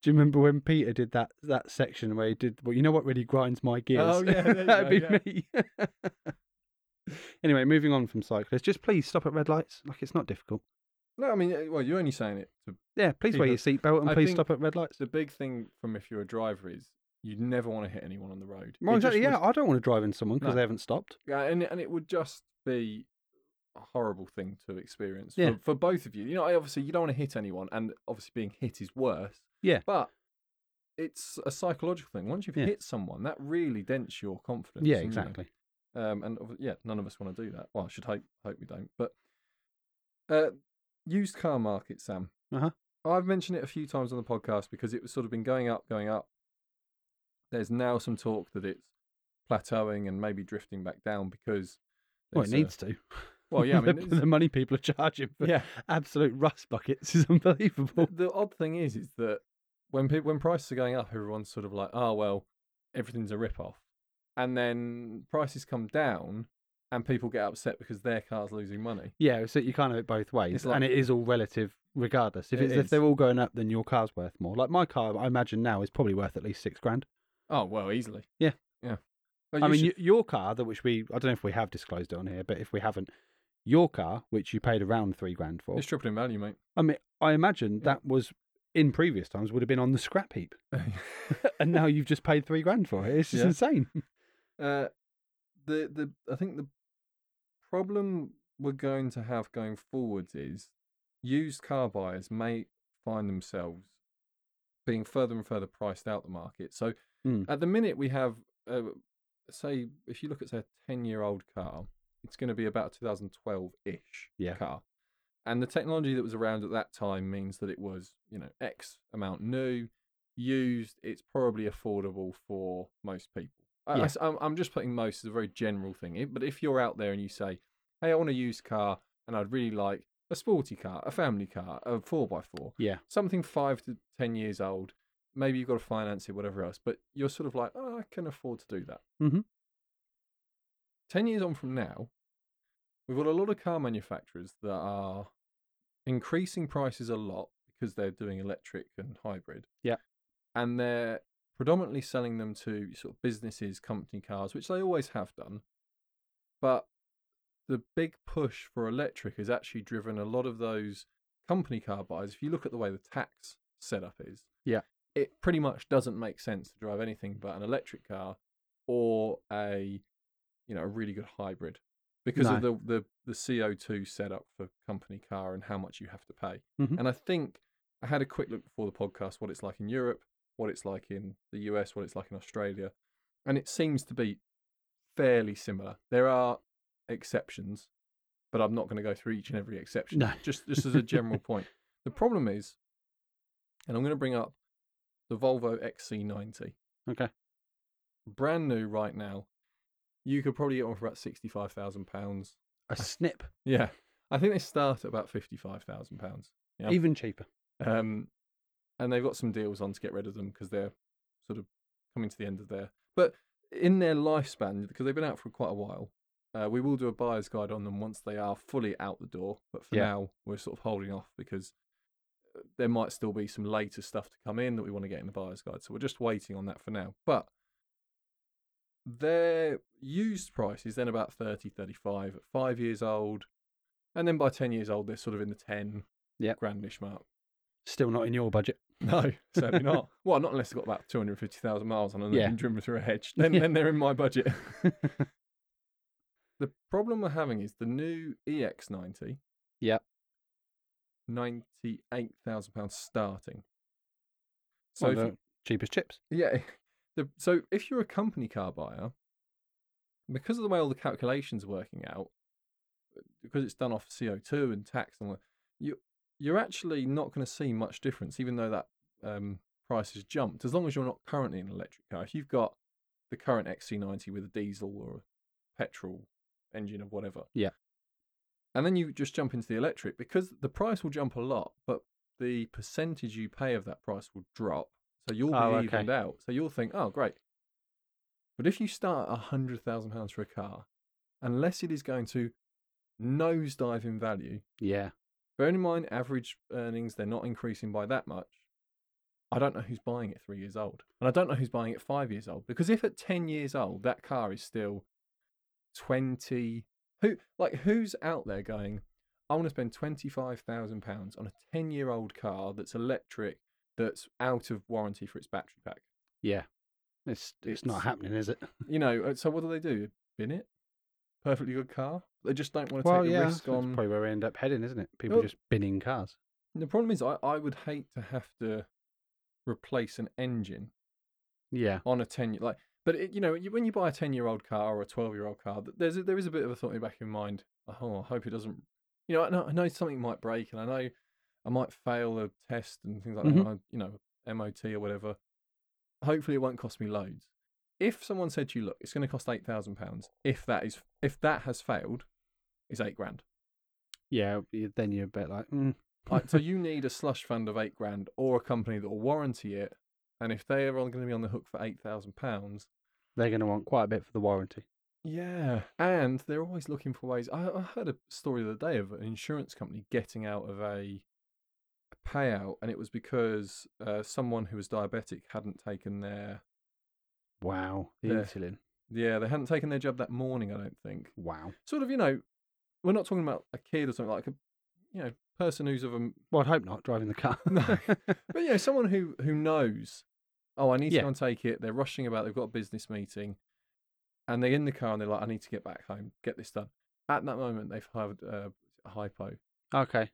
do you remember when Peter did that that section where he did? Well, you know what really grinds my gears?
Oh, yeah, there you
that'd
go,
be me. anyway, moving on from cyclists, just please stop at red lights. Like it's not difficult.
No, I mean, uh, well, you're only saying it to
Yeah, please wear your seatbelt and
I
please
think-
stop at red lights.
the big thing from if you're a driver is you never want to hit anyone on the road.
Well,
It just
exactly. Yeah,
was-
I don't want to drive in someone because
No.
they haven't stopped.
yeah, and and it would just be a horrible thing to experience
Yeah.
for, for both of you. You know, I- obviously you don't want to hit anyone, and obviously being hit is worse.
Yeah.
but it's a psychological thing. Once you've
Yeah.
hit someone, that really dents your confidence.
Yeah,
and, you know,
exactly.
um, and obvi- yeah, none of us want to do that. Well, I should hope hope we don't. But uh, used car market, Sam.
Uh-huh.
I've mentioned it a few times on the podcast because it was sort of been going up, going up. There's now some talk that it's plateauing and maybe drifting back down because
Well, it
there's a-
needs to.
well, yeah, I
the,
mean,
the
it's-
money people are charging for
yeah.
absolute rust buckets is unbelievable.
The, the odd thing is, is that when people when prices are going up, everyone's sort of like, oh well, everything's a rip off, and then prices come down, and people get upset because their car's losing money.
Yeah, so you can't have it both ways,
It's like-
and it is all relative, regardless. If
It
it's, if
is.
they're all going up, then your car's worth more. Like my car, I imagine now is probably worth at least six grand.
Oh well, easily.
Yeah.
yeah. Well,
I
you
mean,
should-
y your car, that which we I don't know if we have disclosed it on here, but if we haven't, your car, which you paid around three grand for,
it's tripled in value, mate.
I mean, I imagine
Yeah.
that was in previous times would have been on the scrap heap, and now you've just paid three grand for it. It's just
Yeah.
insane.
Uh, the the I think the problem we're going to have going forwards is used car buyers may find themselves being further and further priced out the market. So
Mm.
at the minute we have, uh, say, if you look at say a ten year old car, it's going to be about 2012 ish
Yeah.
car. And the technology that was around at that time means that it was, you know, X amount new, used. It's probably affordable for most people. I-
Yeah.
I, am I'm just putting most as a very general thing. It- But if you're out there and you say, hey, I want a used car and I'd really like a sporty car, a family car, a 4x4,
Yeah,
something five to 10 years old, maybe you've got to finance it, whatever else, but you're sort of like, oh, I can afford to do that.
Mhm.
10 years on from now, we've got a lot of car manufacturers that are increasing prices a lot because they're doing electric and hybrid.
Yeah.
And they're predominantly selling them to sort of businesses, company cars, which they always have done. But the big push for electric has actually driven a lot of those company car buyers. If you look at the way the tax setup is,
Yeah.
it pretty much doesn't make sense to drive anything but an electric car or a you know a really good hybrid because of the, the the CO2 setup for company car and how much you have to pay.
Mhm.
And I think I had a quick look before the podcast what it's like in Europe, what it's like in the US, what it's like in Australia, and it seems to be fairly similar. There are exceptions, but I'm not going to go through each and every exception.
No.
Just just as a general point. The problem is, and I'm going to bring up the Volvo XC90,
okay,
brand new right now. You could probably get one for about sixty-five thousand pounds.
a snip,
Yeah, I think they start at about fifty-five thousand pounds. Yeah.
even cheaper.
Um, and they've got some deals on to get rid of them because they're sort of coming to the end of their. But in their lifespan, because they've been out for quite a while, uh, we will do a buyer's guide on them once they are fully out the door. But for
Yeah.
now, we're sort of holding off because uh, there might still be some later stuff to come in that we want to get in the buyer's guide. So we're just waiting on that for now. But their used price is then about 30, 35 at five years old. And then by 10 years old, they're sort of in the 10
Yep.
grandish mark.
Still not in your budget.
No, certainly not. Well, not unless they've got about 250,000 miles on and
Yeah.
yeah. driven through a hedge. Then,
Yeah.
then they're in my budget. the problem we're having is the new E EX90.
Yep.
£98,000 starting. So,
So
if you-
cheapest chips.
yeah. The, so if you're a company car buyer, because of the way all the calculations are working out, because it's done off CO2 and tax and all that, you you're actually not going to see much difference, even though that um, price has jumped. As long as you're not currently in an electric car, if you've got the current XC90 with a diesel or a petrol engine or whatever,
Yeah.
and then you just jump into the electric because the price will jump a lot, but the percentage you pay of that price will drop. So you'll be
Oh, okay.
evened out. So you'll think, oh, great. But if you start at £100,000 for a car, unless it is going to nosedive in value,
Yeah,
bearing in mind average earnings, they're not increasing by that much. I don't know who's buying it three years old. And I don't know who's buying it five years old. Because if at 10 years old, that car is still 20. Who, like, who's out there going, I want to spend £25,000 on a 10 year old car that's electric, that's out of warranty for its battery pack?
yeah. It's it's, not
It's-
happening, is it?
You know, uh, so what do they do? Bin it? Perfectly good car? They just don't want to take the risk
so that's
on.
probably where we end up heading, isn't it? People
Well-
just binning cars.
The problem is, I, I would hate to have to replace an engine
Yeah,
on a 10 year like but it, you know you, when you buy a 10 year old car or a 12 year old car th- there's a, there is a bit of a thought in the back of your mind oh i hope it doesn't you know i know, I know something might break and i know i might fail a test and things like
Mhm.
that and I, you know mot or whatever hopefully it won't cost me loads if someone said to you look it's going to cost 8000 pounds if that is if that has failed is 8 grand
yeah. you- Then you're a bit like, mm,
I- so you need a slush fund of eight grand or a company that will warranty it and if they are going to be on the hook for eight thousand pounds
they're going to want quite a bit for the warranty.
Yeah, and they're always looking for ways. I, I heard a story the other day of an insurance company getting out of a, a payout, and it was because uh, someone who was diabetic hadn't taken their
Wow. The
Yeah.
insulin.
yeah they hadn't taken their jab that morning. I don't think.
Wow.
Sort of, you know, we're not talking about a kid or something like a you know person who's of a
Well, I'd hope not driving the car.
No. but you know someone who who knows. Oh, I need to
Yeah.
go and take it. They're rushing about. They've got a business meeting, and they're in the car and they're like, I need to get back home, get this done. At that moment, they've had uh, a hypo.
okay.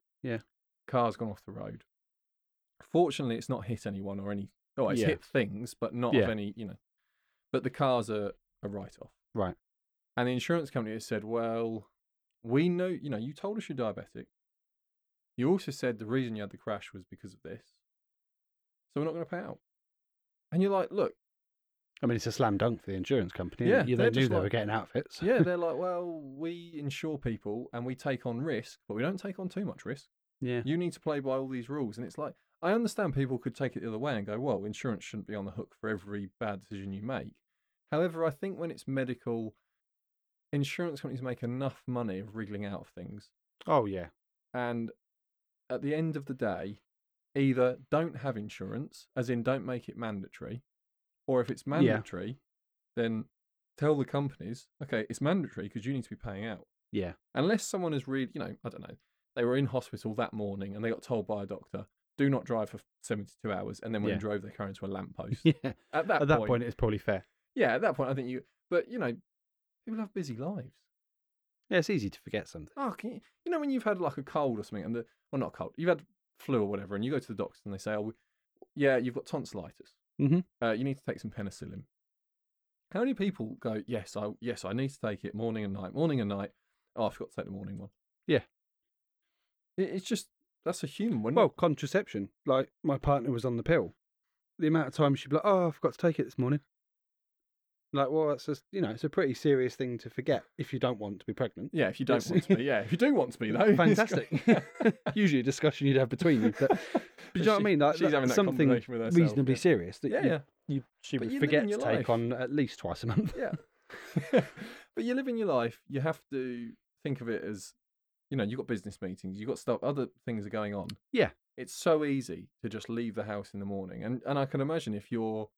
car's gone off the road. Fortunately, it's not hit anyone or any. Oh, it's
Yeah.
hit things, but not
Yeah.
of any. You know, but the car's a, a write off.
Right.
And the insurance company has said, well, we know. You know, you told us you're diabetic. You also said the reason you had the crash was because of this. So we're not going to pay out. And you're like, look,
I mean, it's a slam dunk for the insurance company.
Yeah,
Yeah, you
they're
they knew
just
they
like-
were getting out of it. so-
yeah, they're like, well, we insure people and we take on risk, but we don't take on too much risk.
yeah.
you need to play by all these rules. And it's like, I understand people could take it the other way and go, well, insurance shouldn't be on the hook for every bad decision you make. However, I think when it's medical, insurance companies make enough money of wriggling out of things.
Oh, yeah.
And at the end of the day, either don't have insurance, as in don't make it mandatory, or if it's mandatory, then tell the companies, okay, it's mandatory because you need to be paying out
Yeah.
unless someone is really, you know, I don't know, they were in hospital that morning and they got told by a doctor, do not drive for 72 hours, and then when
Yeah.
they drove their car into a lamppost.
Yeah.
At that, point,
At that point, it's probably fair.
yeah, at that point, I think you, but you know, people have busy lives.
Yeah, it's easy to forget something.
Oh, can you, you know, when you've had like a cold or something, and the, well, not a cold, you've had flu or whatever, and you go to the doctor and they say, oh, we- yeah, you've got tonsillitis.
Mhm.
Uh, you need to take some penicillin. How many people go, yes, I, yes, I need to take it morning and night, morning and night. Oh, I forgot to take the morning one.
Yeah.
It, it's just, that's a human one.
Well, contraception. Like, my partner was on the pill. The amount of time she'd be like, oh, I forgot to take it this morning. Like, well, that's just, you know, it's a pretty serious thing to forget if you don't want to be pregnant.
yeah, if you don't
Yes.
want to be, yeah, if you do want to be though. it's great.
Fantastic. Usually a discussion you'd have between you. But, but you know what I
She-
mean? Like,
she's
that-
having that
something
conversation with herself,
reasonably
yeah.
serious that
yeah,
you,
yeah.
you, she
But
would
you're
forget
living
to
your
take
life.
on at least twice a month.
Yeah. but you're living your life. You have to think of it as, you know, you've got business meetings, you've got stuff, other things are going on.
Yeah.
It's so easy to just leave the house in the morning. And, and I can imagine if you're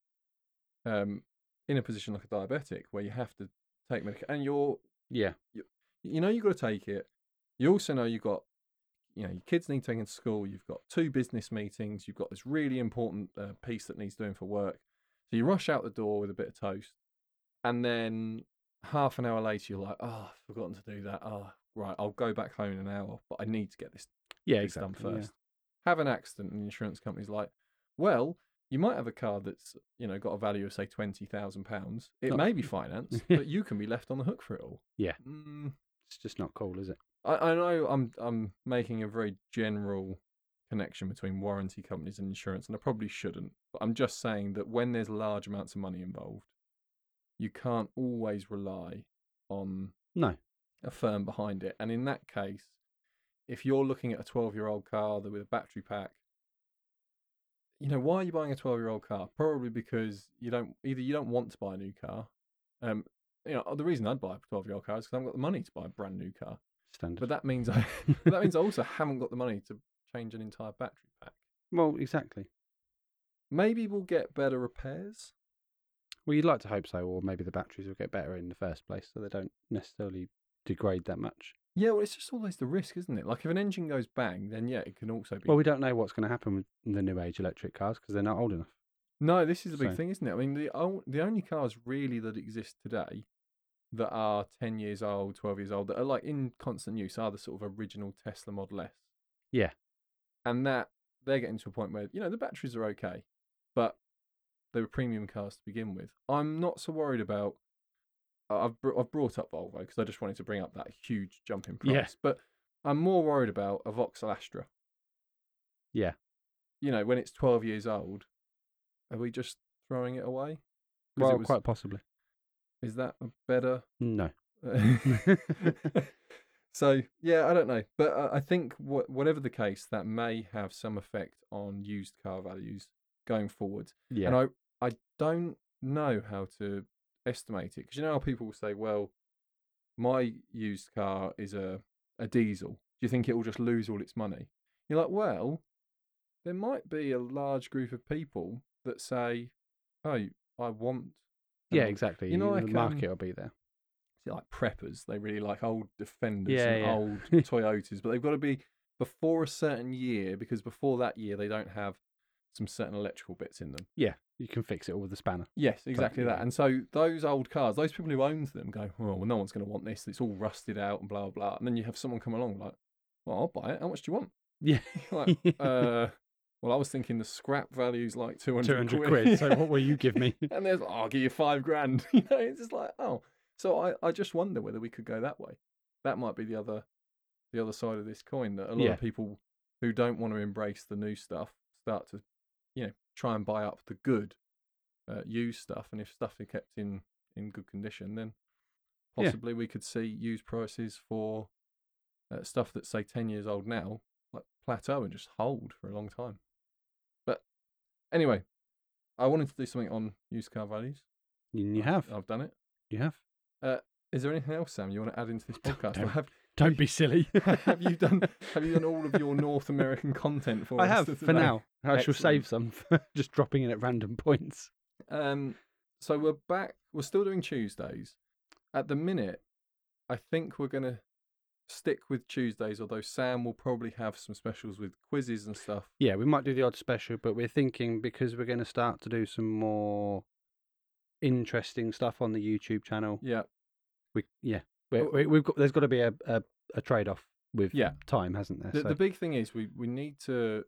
um, in a position like a diabetic where you have to take medication and you're,
Yeah.
you know, you've got to take it. You also know you've got, you know, your kids need taken to school, you've got two business meetings, you've got this really important uh, piece that needs doing for work. So you rush out the door with a bit of toast, and then half an hour later you're like, "Oh, I've forgotten to do that. Oh, right, I'll go back home in an hour, but I need to get this,
Yeah,
this done first. Have an accident, and the insurance company's like, "Well, you might have a car that's you know got a value of say twenty thousand pounds. It
Oh.
may be financed, but you can be left on the hook for it all."
Yeah.
Mm,
It's just not cool, is it?
I, I know I'm I'm making a very general connection between warranty companies and insurance, and I probably shouldn't, but I'm just saying that when there's large amounts of money involved, you can't always rely on
No.
a firm behind it. And in that case, if you're looking at a 12 year old car that- with a battery pack, you know, why are you buying a 12 year old car? Probably because you don't either you don't want to buy a new car. Um, you know, the reason I'd buy a 12 year old car is because I haven't got the money to buy a brand new car.
Standard.
But that means I but that means I also haven't got the money to change an entire battery pack.
well, exactly.
Maybe we'll get better repairs.
Well, you'd like to hope so, or maybe the batteries will get better in the first place, so they don't necessarily degrade that much.
Yeah, well, it's just always the risk, isn't it? Like if an engine goes bang, then yeah, it can also be.
Well, we don't know what's going to happen with the new age electric cars because they're not old enough.
no, this is the big
so-
thing, isn't it? I mean, the o- the only cars really that exist today that are ten years old, twelve years old, that are like in constant use are the sort of original Tesla Model S.
Yeah.
and that they're getting to a point where you know the batteries are okay, but they were premium cars to begin with. I'm not so worried about. I- I've br- I've brought up Volvo because I just wanted to bring up that huge jump in price,
Yeah.
but I'm more worried about a Vauxhall Astra.
Yeah.
you know when it's 12 years old, are we just throwing it away? 'Cause it
Well,
was-
quite possibly.
Is that a better
No.
so yeah, I don't know, but uh, I think wha- whatever the case, that may have some effect on used car values going forward.
Yeah.
And I I don't know how to estimate it because you know how people will say, well, my used car is a, a diesel. Do you think it will just lose all its money? You're like, well, there might be a large group of people that say, oh, I want
Yeah,
Um,
exactly.
you know,
the
like,
market will be there.
see, like preppers. They really like old Defenders
Yeah,
and
yeah.
old Toyotas, but they've got to be before a certain year because before that year they don't have some certain electrical bits in them.
Yeah, you can fix it all with a spanner.
Yes, exactly
yeah.
that. And so those old cars, those people who owned them go, oh, well, no one's going to want this. It's all rusted out and blah, blah. And then you have someone come along like, well, I'll buy it. How much do you want?
Yeah.
Like, uh, well, I was thinking the scrap value's like 200,
200 quid. So what will you give me?
and there's, oh, I'll give you five grand. You know, it's just like, oh. So I, I just wonder whether we could go that way. That might be the other, the other side of this coin that a lot
Yeah.
of people who don't want to embrace the new stuff start to, you know, try and buy up the good, uh, used stuff. And if stuff is kept in in good condition, then
Yeah.
possibly we could see used prices for uh, stuff that's say ten years old now, like plateau and just hold for a long time. But anyway, I wanted to do something on used car values.
And you have.
I've done it.
You have.
Is there anything else, Sam, you want to add into this podcast? Or
don't-
have
Don't be silly.
have you done have you done all of your North American content for
I
us
have
today?
for now. I shall
Excellent.
save some for just dropping in at random points.
Um, so we're back. We're still doing Tuesdays. At the minute, I think we're gonna stick with Tuesdays. Although Sam will probably have some specials with quizzes and stuff.
Yeah, we might do the odd special, but we're thinking because we're going to start to do some more interesting stuff on the YouTube channel.
Yeah,
We yeah, we,
Oh.
we, we've got there's got to be a, a, a trade off with
Yeah.
time, hasn't there?
the,
so,
the big thing is we, we need to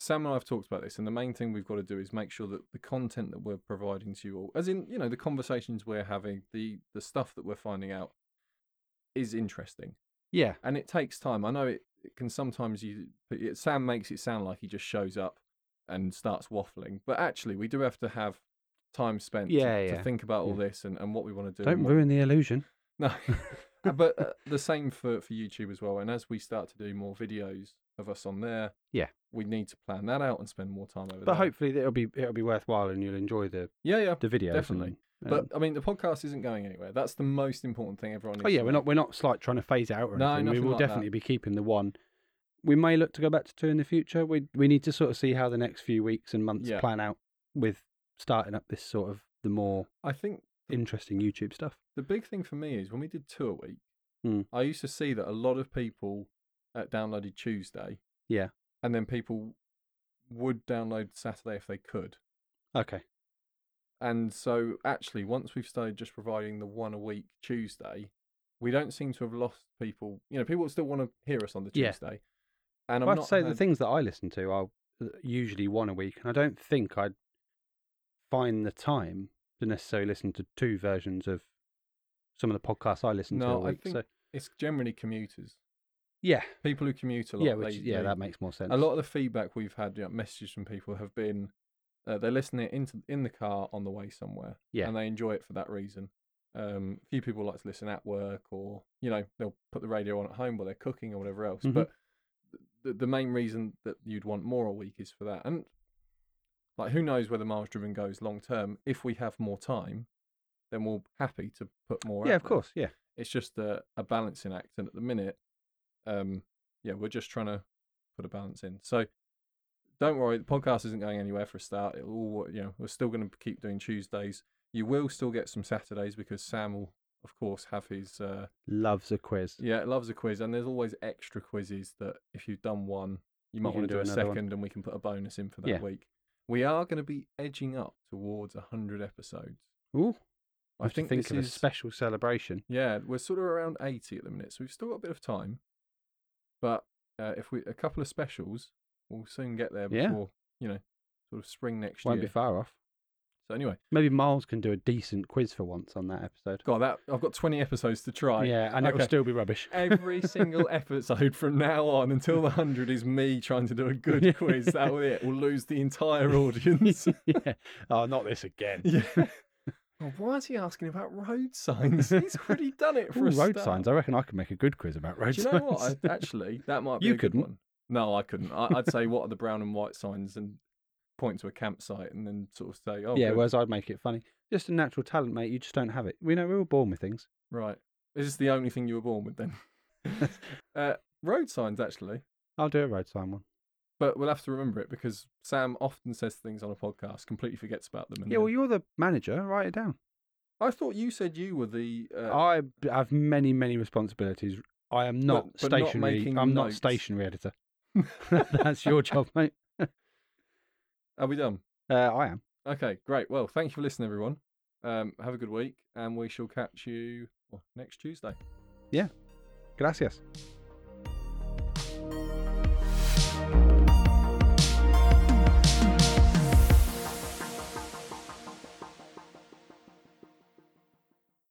sam and i've talked about this and the main thing we've got to do is make sure that the content that we're providing to you all as in you know the conversations we're having the the stuff that we're finding out is interesting
yeah,
and it takes time i know it, it can sometimes you but it, sam makes it sound like he just shows up and starts waffling but actually we do have to have time spent to-
Yeah,
to,
yeah.
think about all
Yeah.
this and, and what we want to do
don't
and what-
ruin the illusion.
no, Uh, but uh, the same for for YouTube as well. And as we start to do more videos of us on there,
Yeah.
we need to plan that out and spend more time over there.
But hopefully it'll be it'll be worthwhile and you'll enjoy the
yeah, yeah,
the videos.
Definitely.
and-
But
and-
I mean, the podcast isn't going anywhere. That's the most important thing. Everyone.
um oh
needs
yeah,
to
we're
know.
not we're not like trying to phase out or
No,
anything. we
nothing
will
like that.
definitely be keeping the one. We may look to go back to two in the future. We we need to sort of see how the next few weeks and months
Yeah.
plan out with starting up this sort of the more
I think
interesting YouTube stuff.
the big thing for me is when we did two a week.
Hmm.
I used to see that a lot of people uh, downloaded Tuesday.
Yeah.
And then people would download Saturday if they could.
Okay.
And so, actually, once we've started just providing the one a week Tuesday, we don't seem to have lost people. You know, people still want to hear us on the
Yeah.
Tuesday. And I'm
Well, I have
not
to say the
heard-
things that I listen to are uh, usually one a week, and I don't think I'd find the time to necessarily listen to two versions of some of the podcasts I listen to a
No, I
week.
think-
so
It's generally commuters,
yeah,
people who commute a lot.
yeah, which,
they-
yeah,
they-
that makes more sense.
a lot of the feedback we've had, you know, messages from people have been uh, they're listening into in the car on the way somewhere,
Yeah.
and they enjoy it for that reason. Um, few people like to listen at work, or you know, they'll put the radio on at home while they're cooking or whatever else.
Mhm.
But the, the main reason that you'd want more a week is for that, and like who knows where the miles driven goes long term. If we have more time, then we'll happy to put more.
yeah,
out
of
there
course, yeah,
it's just a, a balancing act and at the minute um yeah we're just trying to put a balance in so don't worry the podcast isn't going anywhere for a start it'll all you know we're still going to keep doing tuesdays you will still get some saturdays because sam will of course have his uh
loves a quiz.
yeah loves a quiz and there's always extra quizzes that if you've done one you might
can
want to
do
do, a
another
second
one.
and we can put a bonus in for that
Yeah.
week we are going to be edging up towards 100 episodes
Ooh,
i think
think
this
of a
is
special celebration.
yeah, we're sort of around 80 at the minute, so we've still got a bit of time. But uh, if we a couple of specials, we'll soon get there
Yeah.
before you know, sort of spring next
Won't
year.
be far off.
so anyway,
Maybe Miles can do a decent quiz for once on that episode.
God, that I've got 20 episodes to try.
Yeah, and it'll
Okay.
still be rubbish.
Every single episode from now on until the hundred is me trying to do a
Yeah.
good quiz. That will be it. We'll lose the entire audience.
yeah. Oh, not this again.
yeah. Well, why is he asking about road signs? He's already done it for
Ooh,
a
road
start.
signs. I reckon I could make a good quiz about road
Do you
signs.
know what? I, actually, that might be
You
a good
couldn't.
one. No, I couldn't. I, I'd say what are the brown and white signs and point to a campsite and then sort of say, oh,
yeah,
good.
whereas I'd make it funny. Just a natural talent, mate. You just don't have it. We know we're all born with things.
right. Is this the only thing you were born with then? uh, road signs, actually.
I'll do a road sign one.
But we'll have to remember it because Sam often says things on a podcast, completely forgets about them. And
Yeah,
then-
well, you're the manager. Write it down.
I thought you said you were the. Uh,
I b- have many, many responsibilities. I am not
but not
stationary.
making
I'm not
notes.
stationary editor. That's your job, mate.
Are we done?
Uh, I am.
Okay, great. Well, thank you for listening, everyone. Um, have a good week, and we shall catch you well, next Tuesday.
Gracias.